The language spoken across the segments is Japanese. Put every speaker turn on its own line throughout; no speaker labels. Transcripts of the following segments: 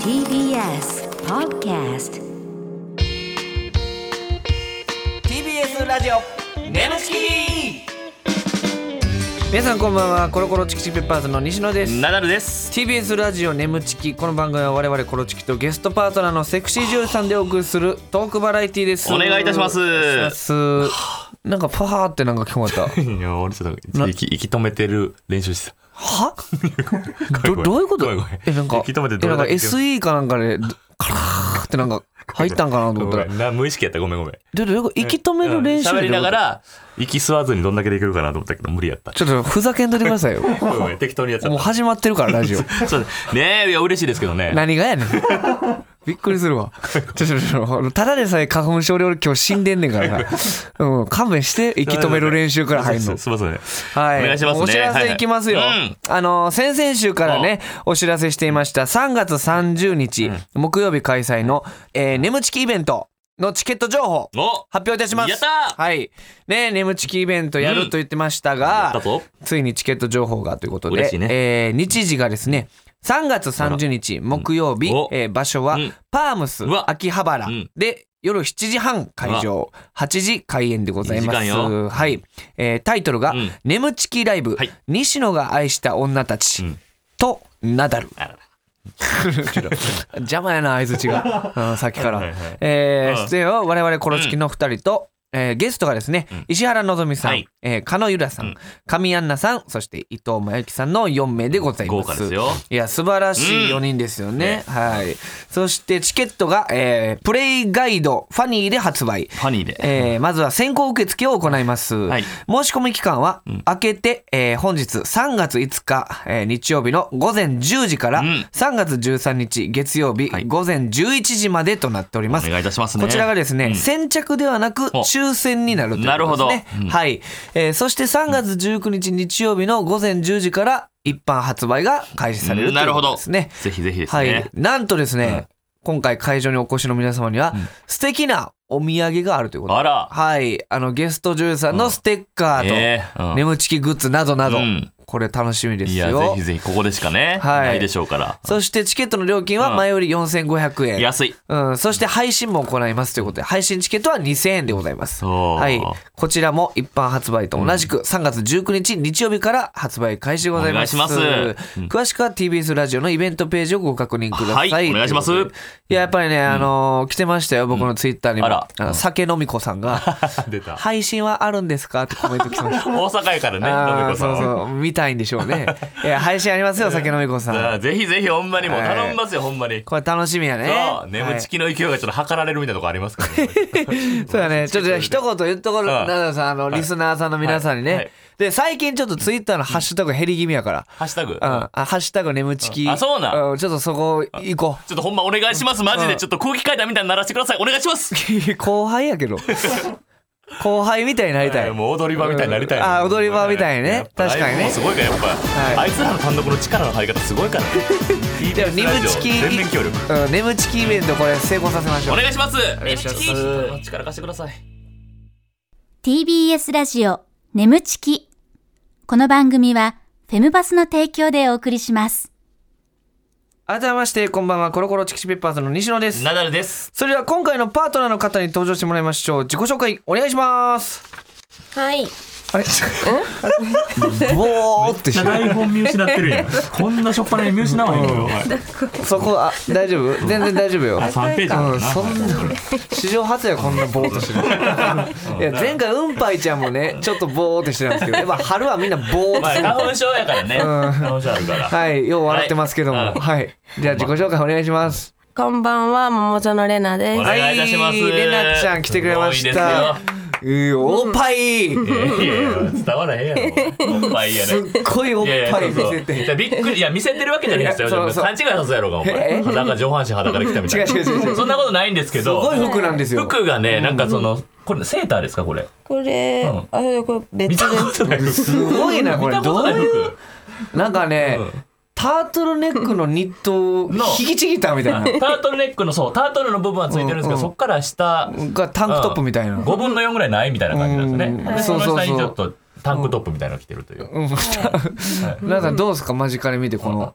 TBS Podcast
TBS ラジオ
ネムチ
皆さんこんばんはコロコロチキチキペッパーズの西野です
ナダルです。
TBS ラジオ眠チキこの番組は我々コロチキとゲストパートナーのセクシー女優さんでお送りするトークバラエティです
お願いいたします
お願いしますなんかパーってなんか聞こえた
いや、俺ちょっと息息止めてる練習して
は
た。
どどういうこと
ごめんごめん
えなんか
息止めて
え
どれ
なんか
だけ
SE かなんかでどカラーってなんか入ったんかなと思っ
ご
たら
めんな無意識やった。ごめんごめん。
でどういうこと息止める練習
うん喋りなが
ら
ら、息吸わずにどんだけできるかなと思ったけど、無理やった。
ちょっとふざけんといてく ださいよ
ごめんごめん、適当にやっちゃ
もう
っ
始まってるからラジオ
た。そうねえ、いや、嬉しいですけどね。
何がやねん。 びっくりするわ。ちょちょちょ、ただでさえ花粉症で俺今日死んでんねんからな。 うん、勘弁して、息止める練習から入るの
す。すいませんね。
はい。
お願いしますね
お知らせいきますよ。
はいはいうん
あの、先々週からね、お知らせしていました、3月30日、木曜日開催の、えー、眠ちきイベントのチケット情報、
お
発表いたします。
やったー
はい。ね、眠ちきイベントやると言ってました
や
が、
ったぞ。
ついにチケット情報がということで
嬉しい、ね
えー日時がですね3月30日木曜日
うんお、
えー場所は
うん
パームス
うわ
秋葉原
うん
で夜7時半会場8時開演でございま
いい
す
時間よ
はい、えータイトルが
うん
「眠ちきライブ
はい
西野が愛した女た
う
ち
ん」
とナダル
あらら
邪魔やな相 槌が、うんさっきから、
はいはい
えー
うん
出演は我々コロチキの2人と、えーゲストがですね、石原のぞみさん、
はい
えー加野由良さん、上アンナさんそして伊藤真由紀さんの4名でございます
豪華ですよ
いや素晴らしい4人ですよね、はいそしてチケットが、えープレイガイドファニーで発売
ファニーで。
えーまずは先行受付を行います、
い
申し込み期間は明けて、えー本日3月5日、えー日曜日の午前10時から
うん
3月13日月曜日
い
午前11時までとなっております、
お願いいたしますね
こちらがですね、
うん
先着ではなく
お
抽選になるということですね
なるほどうん
はい、えーそして3月19日日曜日の午前10時から一般発売が開始されると
な
いう
る
こ
ほ
と
ど。
ですね
ぜひぜひです
はい
ね。
なんとですね、今回会場にお越しの皆様には素敵なお土産があるということで
あら
はい。あの、ゲスト女優さんのステッカー
ええ
と、
うん
眠ちきグッズなどなど
うん、
これ楽しみです
いや、ぜ
よ
ひ。ぜひ、ここでしかね、
はい
ないでしょうから。
そしてチケットの料金は前より4500円。
安い。
うん、そして配信も行いますということで、配信チケットは2000円でございます。
そう
はい。こちらも一般発売と同じく3月19日日曜日から発売開始でございます。
お願いしますうん
詳しくは TBS ラジオのイベントページをご確認ください。
はいお願いします
とうことでいや、やっぱりね、あのー来てましたよ、僕のツイッターにも。
あら
あの酒飲み子さ んが、
出た。
配信はあるんですかってコメント来てました。
大阪や からね、
あ
の
あ
め
ー
こさん
そ
は
うそう見たいんでしょ うねいや配信ありますよ酒飲み子
だか
さ
ら
ん
ぜひぜひほんまにもう
はい
頼みますよ、ほんまに。
これ楽しみやね
そう、眠ちきの勢いがちょっと測られるみたいなとこありますから ね。
はいそうだねちょっとじゃあ一言言っとこう
あ
奈
あ
々さんあのリスナーさんの皆さんにね、
はいはい
で最近ちょっとツイッターのハッシュタグ減り気味やから
ハッシュタグ。
「うん、あハッシュタグ眠ちき」
あそうなん
ちょっとそこ行こ
ちょっとほんまお願いします、マジ
う
で。
ん
ちょっと空気階段みたいにならしてください。お願いします。
う後輩や けど後輩みたいになりたい、
もう踊り場みたいになりたいな。
あ踊り場みたいね
やっぱ
確かにね
ライブもすごいから、やっ
い
ぱ。あいつらの単独の力の入り方すごいからね。
でも眠ちき
全面協力。
うん、眠ちきイベントこれ成功させましょ
お
う
願いします。
願い
眠
し
ち
ます
き力貸してください。
TBS ラジオ眠ちきこの番組はフェムバスの提供でお送りします
改めましてこんばんはコロコロチキチペッパーズの西野です
ナダルです。
それでは今回のパートナーの方に登場してもらいましょう自己紹介お願いします
はい。
あれ ボーってしてる
台本見失ってる やん。こんなしょっぱなに見失わへんよ。
そこあ大丈夫全然大丈夫よ
3ページ
うん、そんな史上初やこんなボーっとしてるいや前回うんぱいちゃんもねちょっとボーってしてたんですけどやっぱ春はみんなボーっと
まあ、
してる
花粉症やからね。花粉症あるから。
はいよう笑ってますけども
は
はい
うん
い、じゃあ自己紹介お願いします
こんばんは、桃園れなで
お
す。
願いいたします。
はいれなちゃん来てくれました
すごいですよ
うーおっぱい
いやいや伝わらへんやろ。おっぱいやね。
すっごいおっ
いやいや
ぱい見
そうそう
せて
いやびっくりいや見せてるわけじゃないですよ
いやそうそう
勘違いさせたやろうかお前
え
裸上半身裸で来たみたいな
違う違う違う違う
そんなことないんですけ
す
ど
ごい服なんですよ
服がねなんかそのこれセーターですかこれ
これ、
うん
あ、これ
見
別
たこ
で
とない服
すごいな
見
これ
たこ
ど
と
う
ない
いう
服
なんかね、タートルネックのニットを
の
引きちぎったみたいな。
タートルネックのそうタートルの部分はついてるんですけどそっから下
がタンクトップみたいな。
5分の4ぐらいないみたいな感じなんです
うん
ねでその
そうそうそう
下にちょっとタンクトップみたいなの着てるという。
うん、なんかどうですか間近で見てこの、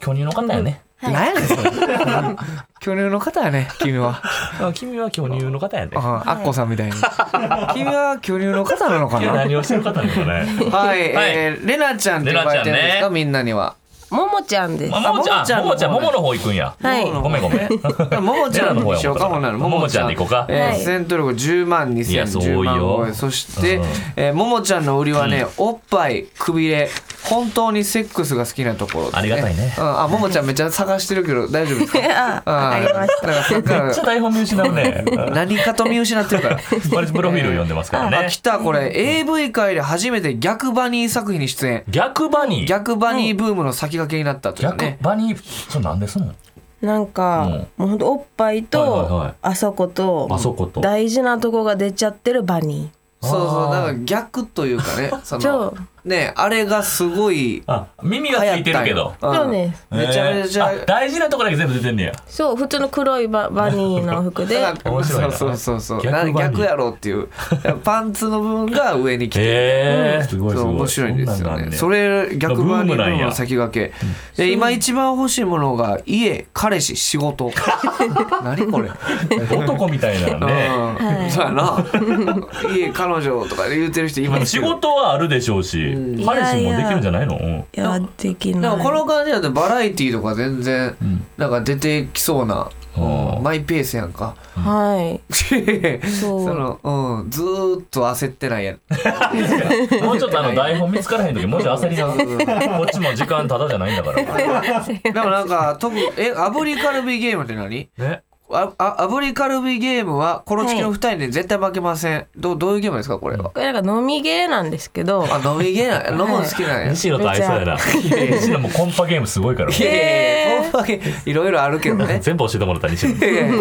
巨乳の方よね。
なんやねんそれ巨乳の方やね 君は
あ君は巨乳の方やね。
ああアッコさんみたいに君は巨乳の方なの か
君は
な
何をしてる方なのかね。
はい、えー、レナちゃんって呼ばれてるんです
レナち
か、
ゃんね
みんな には
ももちゃんです。
あももちゃん、
あ
も
もも
も
ち
ち
ゃ
ゃ
ん
ん、ももの方行くんや。
はい
ごめんごめん。
ももちゃんにしようか
レナの方や
ほんなら
ももちゃんで行こうか
えー
はい
戦闘力10万
いやそう
2010
多いよ
万超えそして、
うん
えーももちゃんの売りはね、
う
おっぱいくびれ本当にセックスが好きなところです、
ありがたいね
うんあももちゃんめっちゃ探してるけど大丈夫です か
あ、わかりました。
たなんかさっきか
めっちゃ台本見失うね。
ら何かと見失って るから
これプロフィール読んでますから
あ
ね
来。たこれ AV 界で初めて逆バニー作品に出演
逆バニー。
逆バニーブームの先駆けになったという
逆
ね
バニー。それなんですんの
なんか、もうほんとおっぱい
はいはいは
と
い、
あそこと
あ、そこと。
大事なとこが出ちゃってるバニ
そうそう
あー
だから逆という かねその
そ
ねあれがすごい
あ、耳がついてるけど。
流行ったんよ
そうね
んめちゃめちゃ
えーあ大事なとこだけ全部出てんねや。
ー。そう、普通の黒いババニーの 服で、
だから
面白いな
そうそうそうそう
逆バ
逆
ニー
逆やろうっていうパンツの部分が上に来て
へえ、すごいす
そう
ごい。
面白いんですよ
そんなんなん
ね
ね
それ逆バニーブ
ブームな
ー
ん
ム
や
の先駆けで今一番欲しいものが家彼氏仕 事何 これ
男みたいなの ね。
うんそうやな家彼女とか言ってる人今
今仕事はあるでしょうし、彼氏もできるんじゃないのうん
いや、でき
で
な
も
い。
この感じだとバラエティーとか全然なんか出てきそうな、
うん
うんマイペースやんか
はい。
そ
そう
の、うん、ずーっと焦ってないやん
もうちょっとあの台本見つからへん時もうちょい焦りがこっちも時間ただじゃないんだから
でもなんか特え炙りカルビゲームって何
ね
ああ炙りカルビゲームはコロチキの2人で絶対負けません、どどういうゲームですかこれは
これなんか飲みゲーなんですけど、
あ飲みゲーなんや飲むの好きなんや
西野と合いそうやな西野もコンパゲームすごいから
いやいやいやほんまにいろいろあるけど ね
全部教えてもらった西野
いやいや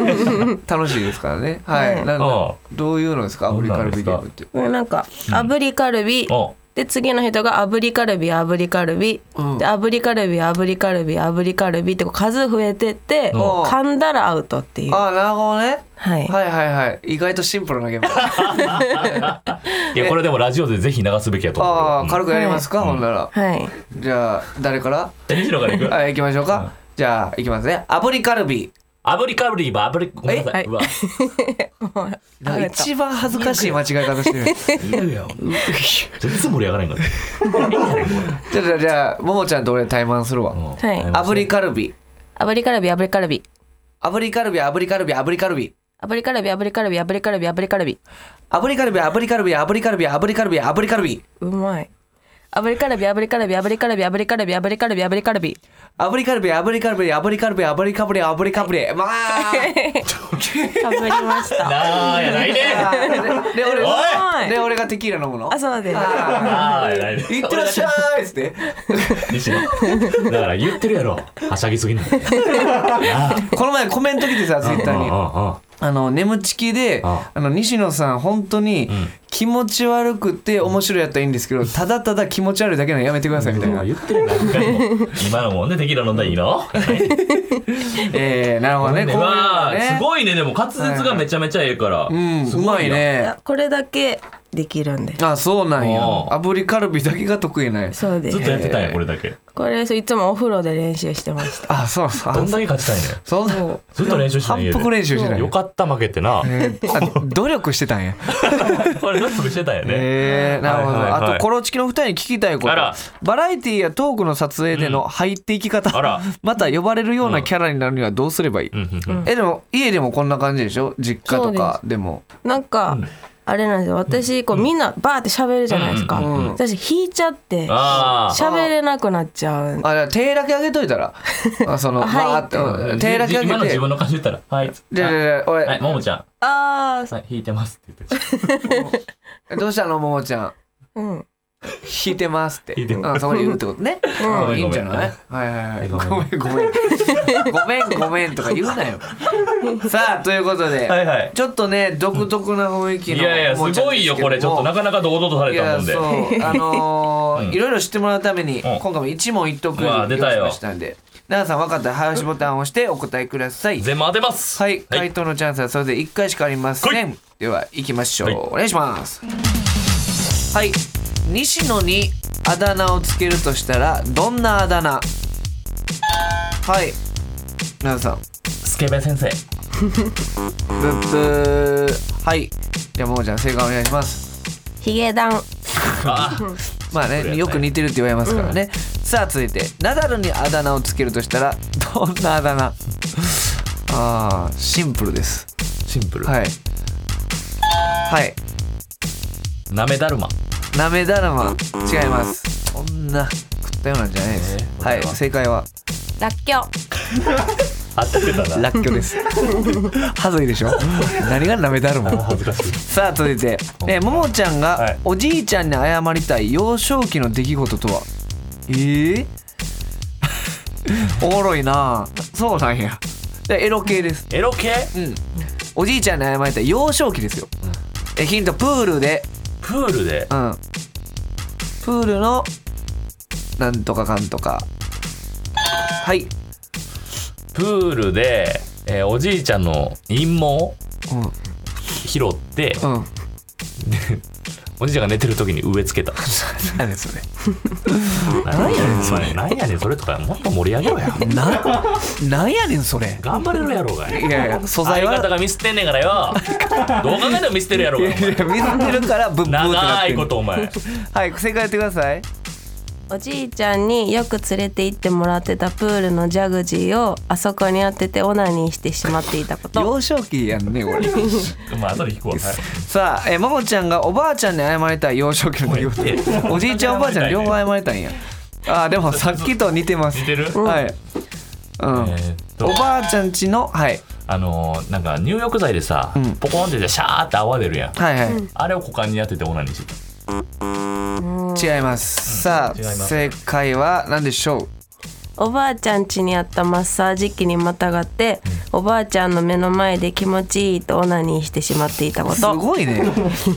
楽しいですからねはい、なん
ああ
かどういうのですか炙りカルビゲームって
これなんか、炙りカルビ、
お
で次の人が炙りカルビ炙りカルビ、
うん
で炙りカルビ炙りカルビ炙りカルビってこう数増えてって、
ん
噛んだらアウトっていう
ああなるほどね
はい
はいはいはい意外とシンプルなゲーム
いやこれでもラジオでぜひ流すべきやと思う
あ
よ
あ軽くやりますか、ほんなら
はい
じゃあ誰から
じゃあ西野からいく
はい行きましょうか、じゃあ行きますね炙りカルビ
炙りカブリーバ炙りごめんなさ
はいいう
わ
なん
あ
か
りがとう
一番恥ずかしい間違い方してる
言うやん全然盛り上がらへんから
じゃあじゃあじゃあももちゃんと俺対マンするわ、
うん
はい
炙りカルビ
炙りカルビ炙りカルビ
炙りカルビ炙りカルビ炙りカルビ
炙りカルビ炙りカルビ炙りカルビ炙りカルビ
炙りカルビ炙りカルビ炙りカルビ炙りカルビ炙りカルビ
うまい炙りカルビ炙りカルビ炙りカルビ炙りカルビ炙りカルビ炙りカルビ
炙りカルビ炙りカルビ炙りカルビ炙りカルビ炙りカルビまあ
かぶりました
なあやないね
で俺
おい
で俺がテキーラ飲むの
あそうなんです
ああやないね
いってらっしゃいっつって
西野だから言ってるやろはしゃぎすぎない
この前コメント来てさツイッターに
あ
あの眠ちきで
あ
あの西野さん本当に気持ち悪くて面白いやったらいいんですけどただただ気持ち悪いだけなのやめてくださいみたいな
言ってるやん何回も今のもんでテキーラ飲んだらいいの
えーなるほどねこういうの
まあ
ね
すごいねでも滑舌がめちゃめちゃええから
うん
す
う
ご
ま
い
い
よ
ね
これだけできるんです
あそうなんや
おう
炙りカルビだけが得意なんや
そうで
ず
す
っとやってたんやこれだけ
これそういつもお風呂で練習してました
あそうそう
ど
あ
んだけ勝ちたいね
そんな
そう
ずっと練習してた
反復練習しない
よかった負けてな
えーあ努力してたんや
これ納得してたんやね
えーなるほど
はいはいはい
あとコロチキの二人に聞きたいこと
あら
バラエティやトークの撮影での入っていき方
あら
また呼ばれるようなキャラになるにはどうすればいい
うんうんうん
えでも家でもこんな感じでしょ実家とかでも
なんか、あれなんですよ私こうみんなバーって喋るじゃないですか、
ん
私引いちゃって
ああ
喋れなくなっちゃうん
あじゃあ手だけ上げといた らあその、
はい
まああうん手だけ上げ
今の
て
自分の感じ言ったらはい
ででで俺、
はいももちゃ
あ
ん
ー
はい弾いてますって言って
どうしたのももちゃん
うん
弾いてますって
弾いてます
うん、そこで言うってことね、
ん
うん、いいんじゃないはいはいはいごめんごめん ごめんごめんとか言うなよさあということで、
はいはい
ちょっとね独特な雰囲気
い
の
やいや
もも
す
ゃん
ご
で
い
す
よ
けども
これちょっとなかなか堂々とさ
い
れた
や
もんで
そうあのーいろいろ知ってもらうために
ん
今回も一問一答クイ
う
ズを
わ出
用意し
たよ
ましたんで奈良さん分かったら早押しボタンを押してお答えください
全部当てます
はい回答のチャンスはそれで1回しかありませんでは行きましょう、
はい
お願いしますはい西野にあだ名をつけるとしたらどんなあだ名はい皆さん
スケベ先生
ブッブーはいじゃあももちゃん正解お願いします
ヒゲダン
あ
まあねよく似てるって言われますからね、さあ続いてナダルにあだ名をつけるとしたらどんなあだ 名あーシンプルです
シンプル、
はいはい
なめだるま
なめだるま違いますこんな食ったようなんじゃないです、
えー
はい正解は
ラッキョ
合ってたな
ラッキョです はずいでしょ何がなめだるま
恥ずかしい
さあ続いて、えー、ももちゃん
は
が
い
おじいちゃんに謝りたい幼少期の出来事とはえ ー、おもろいなあそうなんやでエロ系です
エロ系
うんおじいちゃんに謝りたい幼少期ですよ、えヒントプールで
プールで
うんプールのなんとかかんとかはい、うん、
プールで、えーおじいちゃんの陰謀を拾って、
うん
おじいちゃんが寝てる時に植え 付けた
何それ
何やねんそれ何やねんそれとかもっと盛り上げろや
ななんやねんそれ
頑張れるやろうが
いやいや素材は
相方がミスってんねんからよどう考えてもミスってるやろうがお
いや
前
見せてるからブッブーってなっ
長
て
い
る
ことお前
はい正解やってください
おじいちゃんによく連れて行ってもらってたプールのジャグジーをあそこに当ててオナニーしてしまっていたこと
幼少期やんねこ れ
まあ後で聞くわ、はい
さあえももちゃんがおばあちゃんに謝りたい幼少期の出来
もうえ
事おじいちゃんおばあちゃん両方謝りたいんやあーでもさっきと似てます
似てる
はいうん、
えーっと
おばあちゃんちの、はい、
あのーなんか入浴剤でさ、
ん
ポコンってシャーって泡出るやん
はいはい
あれを股間に当ててオナニーしてた
違いますさあ
違います
正解は何でしょ
おばあちゃん家にあったマッサージ機にまたがっておばあちゃんの目の前で気持ちいいとオナニーしてしまっていたこ
うす
と
ごい ね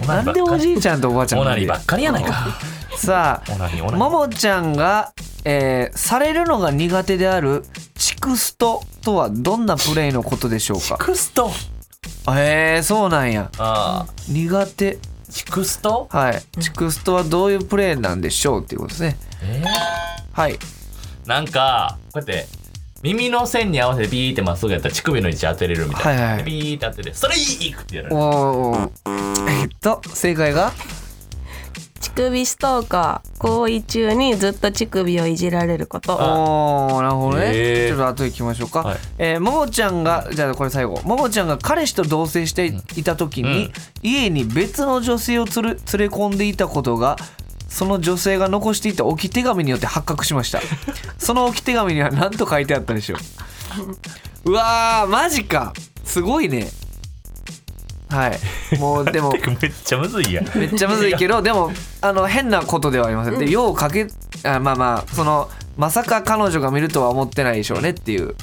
なんでおじいちゃんとおばあちゃん
オ
な
ナ
ん
ニ
で
ーばっかりやないか
さ
オナニーオ
あ
ナニ
も
ー
もちゃんが、えーされるのが苦手であるチクストとはどんなプレイのことでしょう
チ
か
クスト
へえー、そうなんや
あ
苦手
ーチクスト
はいチクストはどういうプレイなんでしょうっていうことですね
え
はい
ーなんかこうやって耳の線に合わせてビーってまっすぐやったら乳首の位置当てれるみたいな、
はいはい
でビーって当ててそれいいってやる
おーおーえっと正解が
乳首ストーカー行為中にずっと乳首をいじられること
おーなるほどね、
へー
ちょっと後で行きましょうか、
はい
えーももちゃんがじゃあこれ最後ももちゃんが彼氏と同棲していた時に、
うん
家に別の女性をつる連れ込んでいたことがその女性が残していた置き手紙によって発覚しました その置き手紙には何と書いてあったでしょううわーマジかすごいねはいもう でも
めっちゃむずいやん
めっちゃむずいけどでもあの変なことではありませんでようかけあまあまあそのまさか彼女が見るとは思ってないでしょうねっていう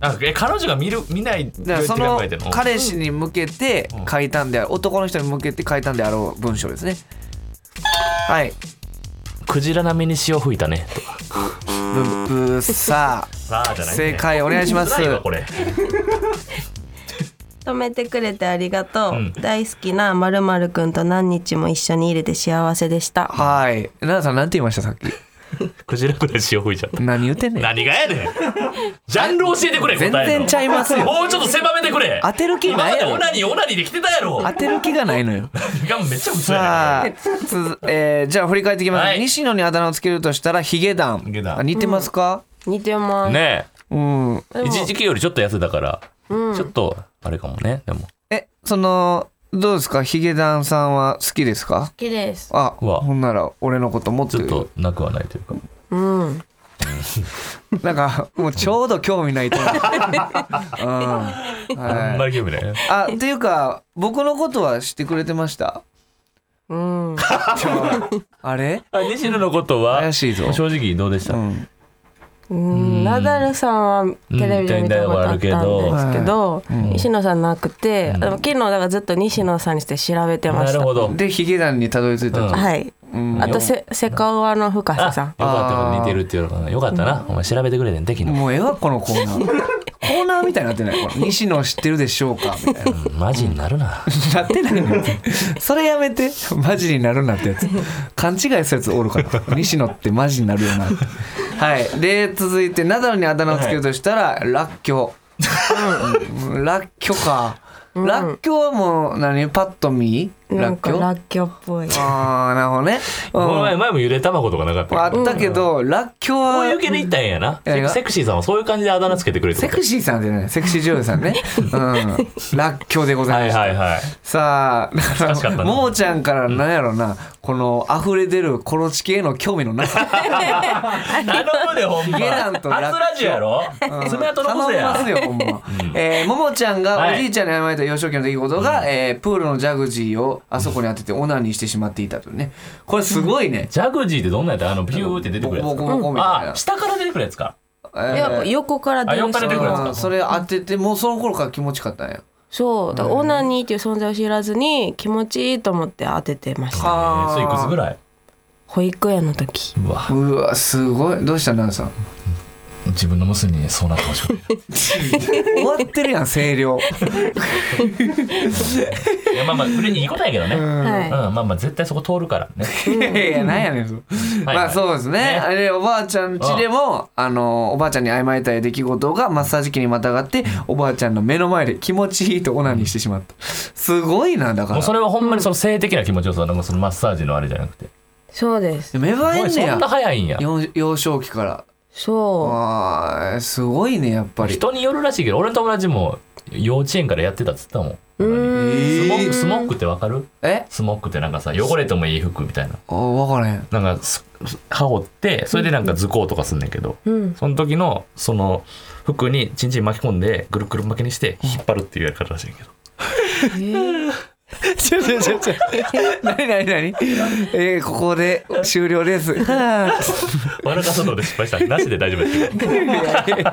あえ彼女が見る見ないどう
だ
や
か
って
らそ
考
の
えてんの
彼氏に向けて
うん
書いたんである男の人に向けて書いたんであろう文章ですねはい
クジラ並みに潮吹いたねとか
ブッブーさ
さあじ
あ
ゃない、
正解お願いします
辛いわこれ
止めてくれてありがとう、
うん
大好きなまるまるくんと何日も一緒にいれて幸せでした
はい奈々さんなんて言いましたさっき
クジラぐらい潮吹いちゃった
何言ってんねん
何がやねんジャンル教えてくれ答え
全
の
然ちゃいますよ
もうちょっと狭めてくれ
当てる気
今
な
ま
い
で
や
オ
ろ
ナニーオナニーできてたやろ
当てる気がないのよ
がめっちゃうつや
さあ、つえーじゃあ振り返っていきます、
はい
西野にあだ名をつけるとしたらヒゲダン
ヒゲダン
あ似てますか、
似てます、
ねね
うん
え一時期よりちょっと痩せたから、ちょっとあれかもねでも
えそのどうですかヒゲダンさんは好きですか
好きです
あ
うわ
ほんなら俺のこともっ
ち
と
ょっとなくはないというか
うん
なんかもうちょうど興味ない と思う、うん
あん
は
ま
い、
り興味ない
あっていうか僕のことは知ってくれてました
うん
あれ
あ西野のことは
怪しいぞ
正直どうでした、
うん
うんナダルさんはテレビで見たことあったんですけど、西野さんなくて、でも昨日だからずっと西野さんにして調べてま
な
し
る
た。
ほど
でヒゲダンにたどり着いた
うん
の、
はい。
うん
あとせセカオワの深瀬さん
よかったよ似てるっていうのかなよかったなお前調べてくれてんて昨日
もうええわこのコーナーコーナーみたいになってないこれ西野知ってるでしょうかみたいな
マジになるな。
なってないのよそれやめてマジになるなってやつ勘違いするやつおるから西野ってマジになるよなはいで続いてナダルにあだ名をつけるとしたら、らっきょう、うんらっきょか、らっきょうはもう何パッと見ら
なん
っき
か
ょ
ラ
あ
ッキョっぽい。
あーなるほどね、
この前
う
前もゆで卵とかなかった
ん、あ
っけ。
ったけど、らっきょう
こう
は
いう系でいったんやな。
何が
セクシーさんはそういう感じであだ名つけてくれて
セクシーさんじゃないセクシー女優さんねうんらっきょうでございま
はいはい
した、
はい。
さあだから
しかったな
ももちゃんからなんやろな、この溢れ出るコロチキへの興味のなさ
頼むでほんま。
ゲランとラッキョ
初ラジオやろ。 爪痕
頼
残せ
みま
や
す。よほんま、えーももちゃんが
は
お
い
じいちゃんに謝られた幼少期の出来事が、えープールのジャグジーをあそこに当ててオナニーしてしまっていたというねこれすごいね
ジャグジーってどんなんやったあのビューって出て
ボ
く
コ
るやつ
ボコ
か。
ボコみたい
あ
な、
下から出てくるやつか。
い
え
や
ー
横から出
あ
る
横から出てくるやつ
うんそれ当ててもうその頃から気持ちよかったんや
そうだからオナニーっていう存在を知らずに気持ちいいと思って当ててました
え
は
ーそれいくつぐらい。
保育園の時
うわ
うわすごいどうした奈 々さん
自分の娘にそうなってほしくない。
終わってるやん声量
いやまあまあそれにいいことやけどね。うん
は
まあまあ絶対そこ通るからね。
いやいやなんやねんそれ
はい
まあそうですね
ね
あれおばあちゃん家でもあのおばあちゃんに謝りたい出来事がマッサージ機にまたがっておばあちゃんの目の前で気持ちいいとオナニーしてしまったすごいなだか
もうそ
ら
れはほんまにその性的な気持ちよさなんかそのマッサージのあれじゃなくて。
いそうです
芽生え
おい
んね
そんな
や
早いんや。
幼幼少期から
そ
あーすごいねやっぱり
人によるらしいけど俺の友達も幼稚園からやってたっつったもん。
ううー
ス
ん
モックスモックってわかる
え
スモックってなんかさ汚れてもいい服みたいな
あ分からへ ん
なんかす羽織ってそれでなんか図工とかすんねんけど、
うん
その時のその服にチンチン巻き込んでぐるぐる巻きにして引っ張るっていうやり方らしいけど、
ちょちょちょちょ 何何何えー、ここで終 了ですはあ
笑かすので失敗したらなしで大丈夫ですけど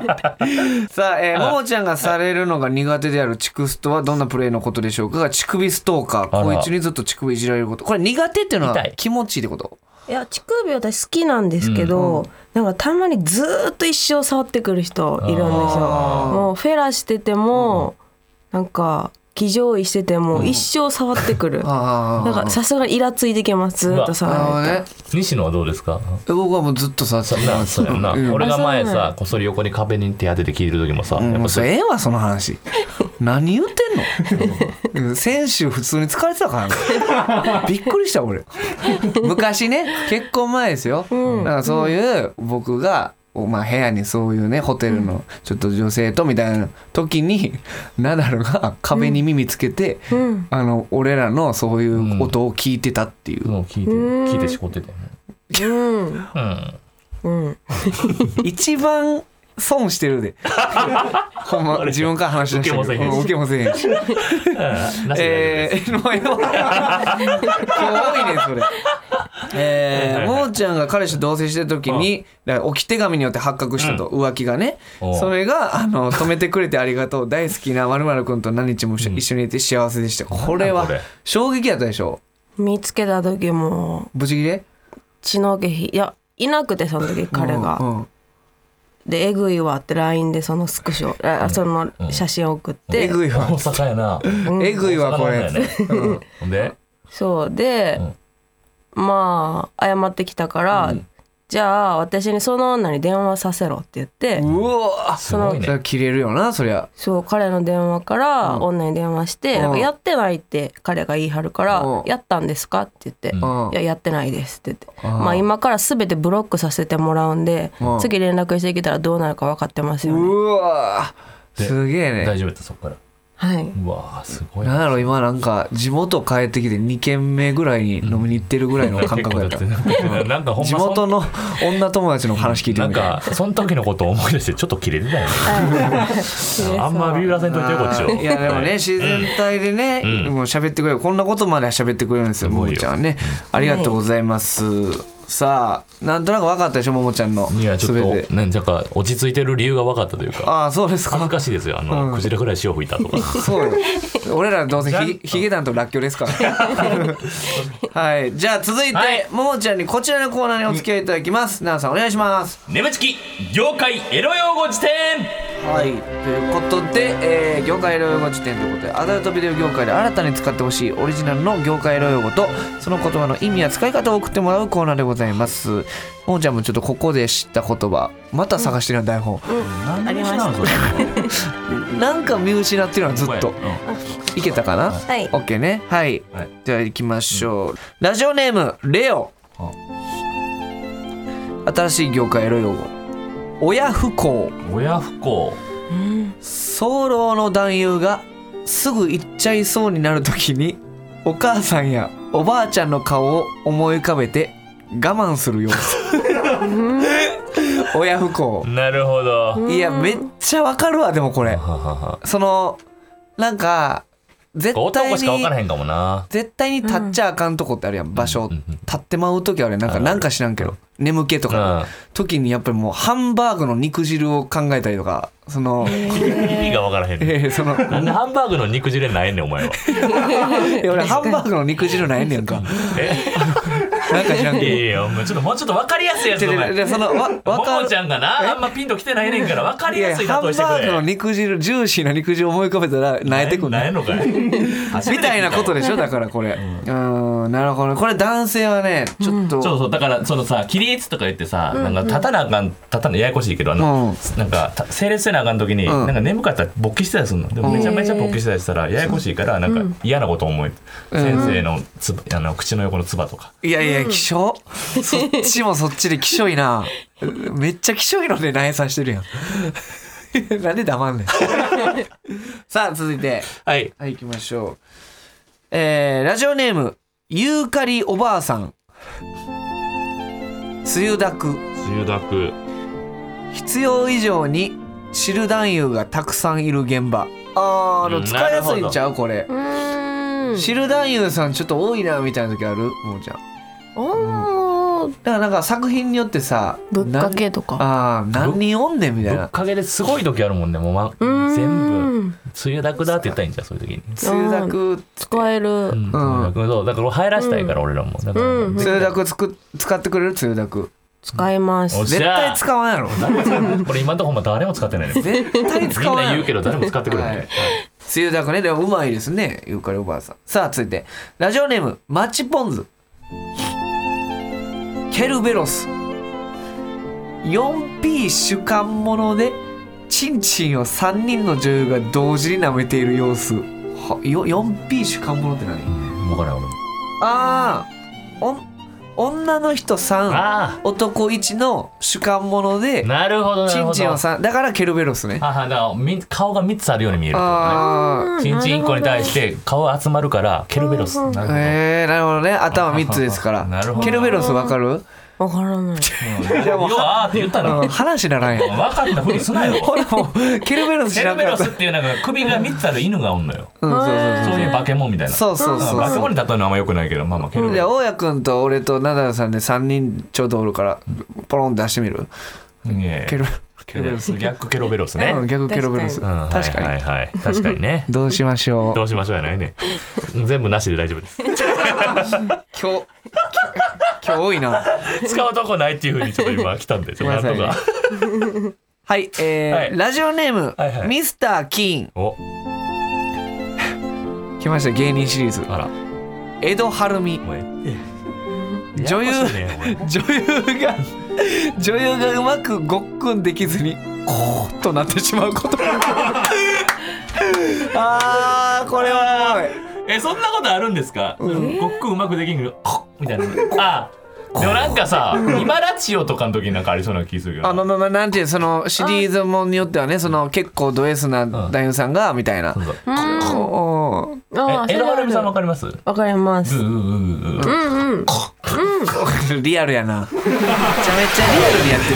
さあ、えー、ももちゃんがされるのが苦手であるチクストはどんなプレイのことでしょうかが乳首ストーカー
あ
こ
ら
いつにずっと乳首いじられることこれ苦手っていうの
痛
はい気持ちいいってこと
いや乳首私好きなんですけど、なんかたまにずーっと一生触ってくる人いるんですよ
あー
もうフェラしてても、なんか騎乗位してても一生触ってくる、
あ
なんかさすがにイラついてきますずーっと
あなるほど
触られ
ね
て
西野はどうですか
え僕はもうずっとさ
そなそうやんな、
うん
俺が前
あそうな
さこっそり横に壁に手当てて聞いてる時もさ、
う
や
ん
っ
もう
ぱ
そ
それ
れええわその話何言ってんのうん先週普通に疲れてたからねびっくりした俺昔ね結婚前ですよ、だからそういう僕がおまあ、部屋にそういうねホテルのちょっと女性とみたいな時に、ナダルが壁に耳つけて、
うん
あの俺らのそういう音を聞いてたっていう、
もう聞いて聞いてしこってて、
うん
うん、
うん
一番損してるでほんま自分から話し出してる
受けもせへんし
うん受けもせへんし
なしで
えー、もう今日多いねそれ。えー、もーちゃんが彼氏と同棲してる時に、だから置き手紙によって発覚したと、浮気がね
おう
それがあの「止めてくれてありがとう大好きなまるくんと何日も一緒一緒にいて幸せでした」これは
これ
衝撃やったでしょ
見つけた時も
ブチギレ
血の毛ひいやいなくてその時彼が、
うんうん
でえぐいわって LINE でそのスクショあその写真を送って、
えぐい
大
わ
阪やな
えぐいわこ
大阪
れ
なんだよね
うん
ほんで
そうで、まあ謝ってきたから、じゃあ私にその女に電話させろって言って、
うわ
すごい
それ
ね
は切れるよなそりゃ
そう彼の電話から女に電話して、
うん
なんかやってないって彼が言い張るから「
うん
やったんですか?」って言って「
ん
いややってないです」って言って「
うん
まあ、今から全てブロックさせてもらうんで、
うん
次連絡してきたらどうなるか分かってますよね」
うわすげえね
大丈夫やったそっから
はい、
うわーすごいな
なんやろ今なんか地元帰ってきて2軒目ぐらいに飲みに行ってるぐらいの感覚やった
結構だって なんかなんかほんま
地
そん
元の女友達の話聞いて
な
る
ん
みたいな
かその時のことを思い出してちょっとキレて たよねあんまビビらせんといてよこっちを
いやでもね自然体でね、
うん
もう喋ってくれるこんなことまで喋ってくれるんですよ
す
も
ごいよ
もちゃんはねありがとうございます、さあなんとなく分かったでしょももちゃんの
いやちょ
全
っ
て
となんか落ち着いてる理由が分かったというか
ああそうです
恥ず
か
かしいですよあの、
うん
クジラぐらい潮吹いたとか
そう俺らどうせ
じゃ
ひ
ん
ヒゲダンとらっきょうですか らはいじゃあ続いて、
はい
ももちゃんにこちらのコーナーにお付き合いいただきます奈々さんお願いします
眠ちき業界エロ用語辞典
はい、ということで、えー業界ロ用語辞典ということでアダルトビデオ業界で新たに使ってほしいオリジナルの業界ロ用語とその言葉の意味や使い方を送ってもらうコーナーでございますもんちゃんもちょっとここで知った言葉また探してるの台本、
何の話なのそ れ
なんか見失ってるのずっと
うん
いけたかな
はい
OK ねはい、
はい
じゃあ行きましょう、ラジオネームレオ
あ
新しい業界ロ用語親不孝
親不孝
早漏の男優がすぐ行っちゃいそうになる時にお母さんやおばあちゃんの顔を思い浮かべて我慢する様子 親不孝
なるほど
いやめっちゃわかるわでもこ
は
れ
はは
そのなんか絶対
男しか分から
に
へんかもな
絶対に立っちゃあかんとこってあるやん場所
うんうん
立ってまう時あれなんかなんか知らんけど眠気と
う
か
ん
時にやっぱりもうハンバーグの肉汁を考えたりとか その
意味が分からへんねん
えーそ の
なんでハンバーグの肉汁ないねんお前は
いや俺ハンバーグの肉汁ないねんか。
え
なんか知らん
いや
け
いやお前ちょっともうちょっと分かりやすいやつ
ど。
お前
ででそのわわ
も
か
もちゃんがなあんまピンときてないねんから分か
い
り
や
や
い
すい
やハ
例
ンバ
えしてく
ーグの
れ
肉汁ジューシーな肉汁思い浮かべたら泣いてくん
な
ね
いのか い
みたいなことでしょだからこれ。うんんなるほどねこれ男性はねちょっと、
そうそうだからそのさ起立とか言ってさ、なんか立たなあかん立たなややこしいけどあの、
うん
なんかた整列せなあかん時に、
ん
なんか眠かったら勃起してたりするのでもめちゃめちゃ勃起してたりしたらややこしいからなんか嫌なこと思い、先生のつばあの口の横のつばとか、
いやいや気象、そっちもそっちで気象いな。めっちゃ気象いので内さしてるやん。 なんで黙 んねん。さあ続いて
はい
はい行きましょう。えー、ラジオネームユーカリおばあさん。梅雨だく
梅雨だく
必要以上に知る男優がたくさんいる現場。あーあ
う
の
ん
使いやすいんちゃうこれ
う。ーん
知る男優さんちょっと多いなみたいな時あるもうじゃん。だ
おー
からなんか作品によってさ、
ぶっかけとか
ああ何人おんねんみた
ぶ
い
っ
な。
かけですごい時あるもんねもう、ま、全部
部
梅雨だくだって言ったらいいんじゃんそういう時に。
梅雨だく
使える
うん、梅雨だくそうだから入らしたいから、俺らもだから、
うん
梅雨だくつく使ってくれる梅雨だく。
使います
おっし
絶
ゃ
対使わんやろ。
これ今のところ誰も使ってないね
絶対 使
みん
わんや
な
ろ。
言うけど誰も使ってくれない、
はい梅雨だくねでもうまいですねゆうかりおばあさんさあ続いてラジオネームマッチポンズケルベロス 4P 主観者でチンチンを3人の女優が同時に舐めている様子はよ 4P 主観者って何
分からん俺も
ああお女の人3
あ
男1の主観者
あ
で
なるほどな
チ
る
ン
ほど
チンを3だからケルベロスね
ははだからみ顔が3つあるように見えるってこ
ああ
とねチンチン1個に対して顔が集まるからケルベロスなるほど
えー、なるほどね頭3つですか
なるほ
ら
ど
ケルベロスわかる
わから ない
いやもう
よあーって言った
うん
の
話な らんやん
分かったふりすなよ
ほらもうケルベロス
ケ
知ら
ル
ん
ベ
か
ロ
った
スっていうなんか首が3つある犬がおんのよ
うん
そういう化け物みたいな
そうそうそうそう
化け
そ
物に例えるのはあんまよくないけどまあまあケル
う
ベ
じゃあ
ロ
大家君と俺とナダルさんで3人ちょうどおるからポロン出してみる
スいやいや
ケル
ケルベロス逆ケルベロスね
うん逆ケルベロス
確
うん
確
は
か
い
に
はいはい確かにね
どうしましょう
どうしましょうやないね全部なしで大丈夫です
今日今日多いな
使うとこないっていうふうにちょっと今来たんでちょっとなんとか
はいえー
はい
ラジオネーム、
はいはい
ミスター・キーン
お
来ました芸人シリーズ
あら
江戸晴美
お前
女優
ややこしいねお前
女優が女優がうまくごっくんできずにこうとなってしまうこと あーこれは
えそんなことあるんですか、ごっくんうまくできんけどこっみたいなあでもなんかさ今ラチオとかの時になんかありそうな気するけど
あまあまあまあなんていうそのシリーズもんによってはねその結構ド S な男優さんがみたいな、
そう
うーん
こ
あー
え江
そ
戸
れはあ
晴
る
美さんわかりますう
わかります
うううう
うんうん
うリアルやなめちゃめちゃリアルにやって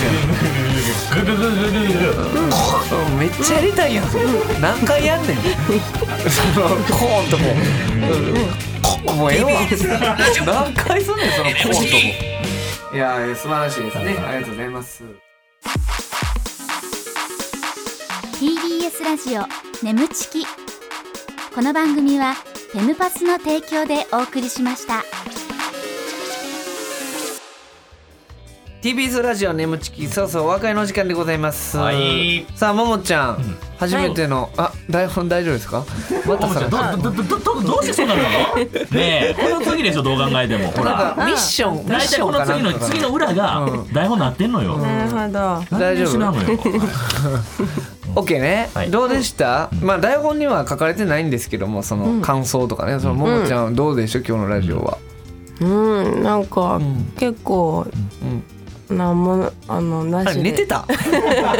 るやん
グググググググ
うんめっちゃやりたいやん何回やんねんそのコーンともうんもうええわ何回すんねんそのコーンともいやー素晴らしいですねありがとうございます
TBS ラジオ眠ちきこの番組はフェムパスの提供でお送りしました
TBS ラジオ眠ちきそろそろお別れの時間でございます、
はい
さあももちゃん、初めての、あ台本大丈夫ですかまたさ
どどどどどどうしてそうなるのねえこの次でしょどう考えてもほ
なん
ら
かミッションミッ
大
シ
体
ョ
こ
ンか
の
な
次の
んとか
次の裏が台本なってんのよ
なるほど
大丈夫
なんで一緒なのよ
OK ね、
はい
どうでした、まあ台本には書かれてないんですけどもその感想とかね、そのももちゃんどうでしょう今日のラジオは、
うんなんか、
ん
結構、なんもあのな
あ
し
寝
で
てたも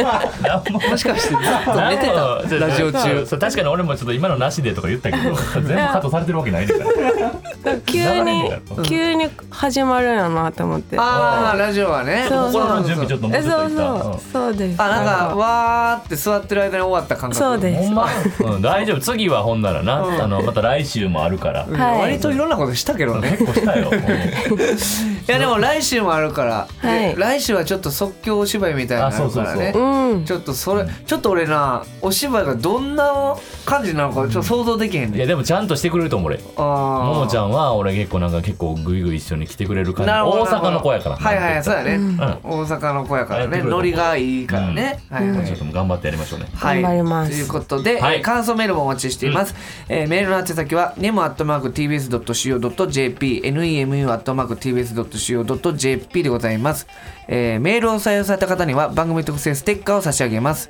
しかしてずっと寝て
なんか
たラジオ
そうそ
中
う確かに俺もちょっと今のなしでとか言ったけど全部カットされてるわけないんだから
急
流れ
に
てた
急に始まるんやなと思って
ああラジオはね
そうそう
心の準備ちょっともう
え
ちょっとい
そう
った
そうそうです
あなんかわーって座ってる間に終わった感覚
そうです
ほんま、うん、大丈夫次はほんならな、あのまた来週もあるから、
うん
はい
割といろんなことしたけどね
結構したよ、 うん
いやでも来週もあるから、
はい
で来週はちょっと即興お芝居みたいなのあるからね
あそうそうそ
うん
ちょっとそれちょっと俺なお芝居がどんな感じなのかちょっと想像できへん
いや
ね
でもちゃんとしてくれると思う俺
あー
ももちゃんは俺結構なんか結構グイグイ一緒に来てくれる感じ
なるほど
大阪の子やから
はいはい
なん
そうやね、
ん
大阪の子やから
やって
ね
くれる
ノリがいいからね、はいはい、
てちょっともう頑張ってやりましょうね
はい、
頑張ります
ということで、
はい
えー感想メールもお待ちしています、えーメールの宛先は nemo.tbs.co.jp nemu.tbs.co.jp でございます、えーメールを採用された方には番組特製ステッカーを差し上げます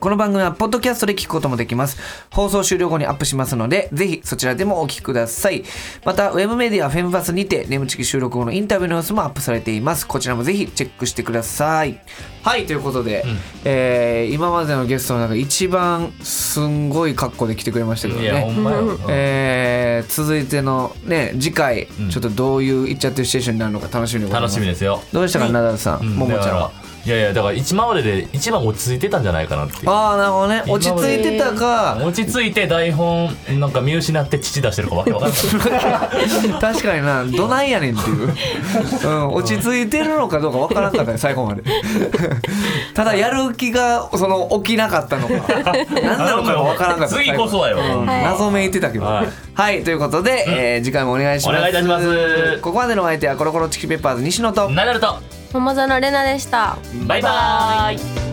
この番組はポッドキャストで聞くこともできます。放送終了後にアップしますので、ぜひそちらでもお聞きください。また、ウェブメディアフェムバスにて、眠ちき収録後のインタビューの様子もアップされています。こちらもぜひチェックしてください。はい、ということで、えー今までのゲストの中で一番すんごい格好で来てくれましたけど
いやほ
ね。
んまよ、
えー続いてのね、次回、ちょっとどういういっちゃってるシチュエーションになるのか楽しみでございま
楽
す。
しみですよ、
どうでしたか、ナダルさ、
うん
ももち
だ
ゃん
から
は。
いやいやだから一今までで一番落ち着いてたんじゃないかなっていう
ああ、なるほどね。落ち着いてたか、
落ち着いて台本なんか見失って父出してるかわけわかんない
確か になどないやねんっていう、うん、落ち着いてるのかどうかわからんかったね最後まで ただやる気がその起きなかったのか 何なのかがわからんかった
次こそだよ
最後うん
はい
謎めいてたけど
は
はいい、ということで、えー次回もお願いします
お願いいたします
ここまでのお相手はコロコロチキペッパーズ西野と
ナダルと
桃園玲奈でした
バイバーイ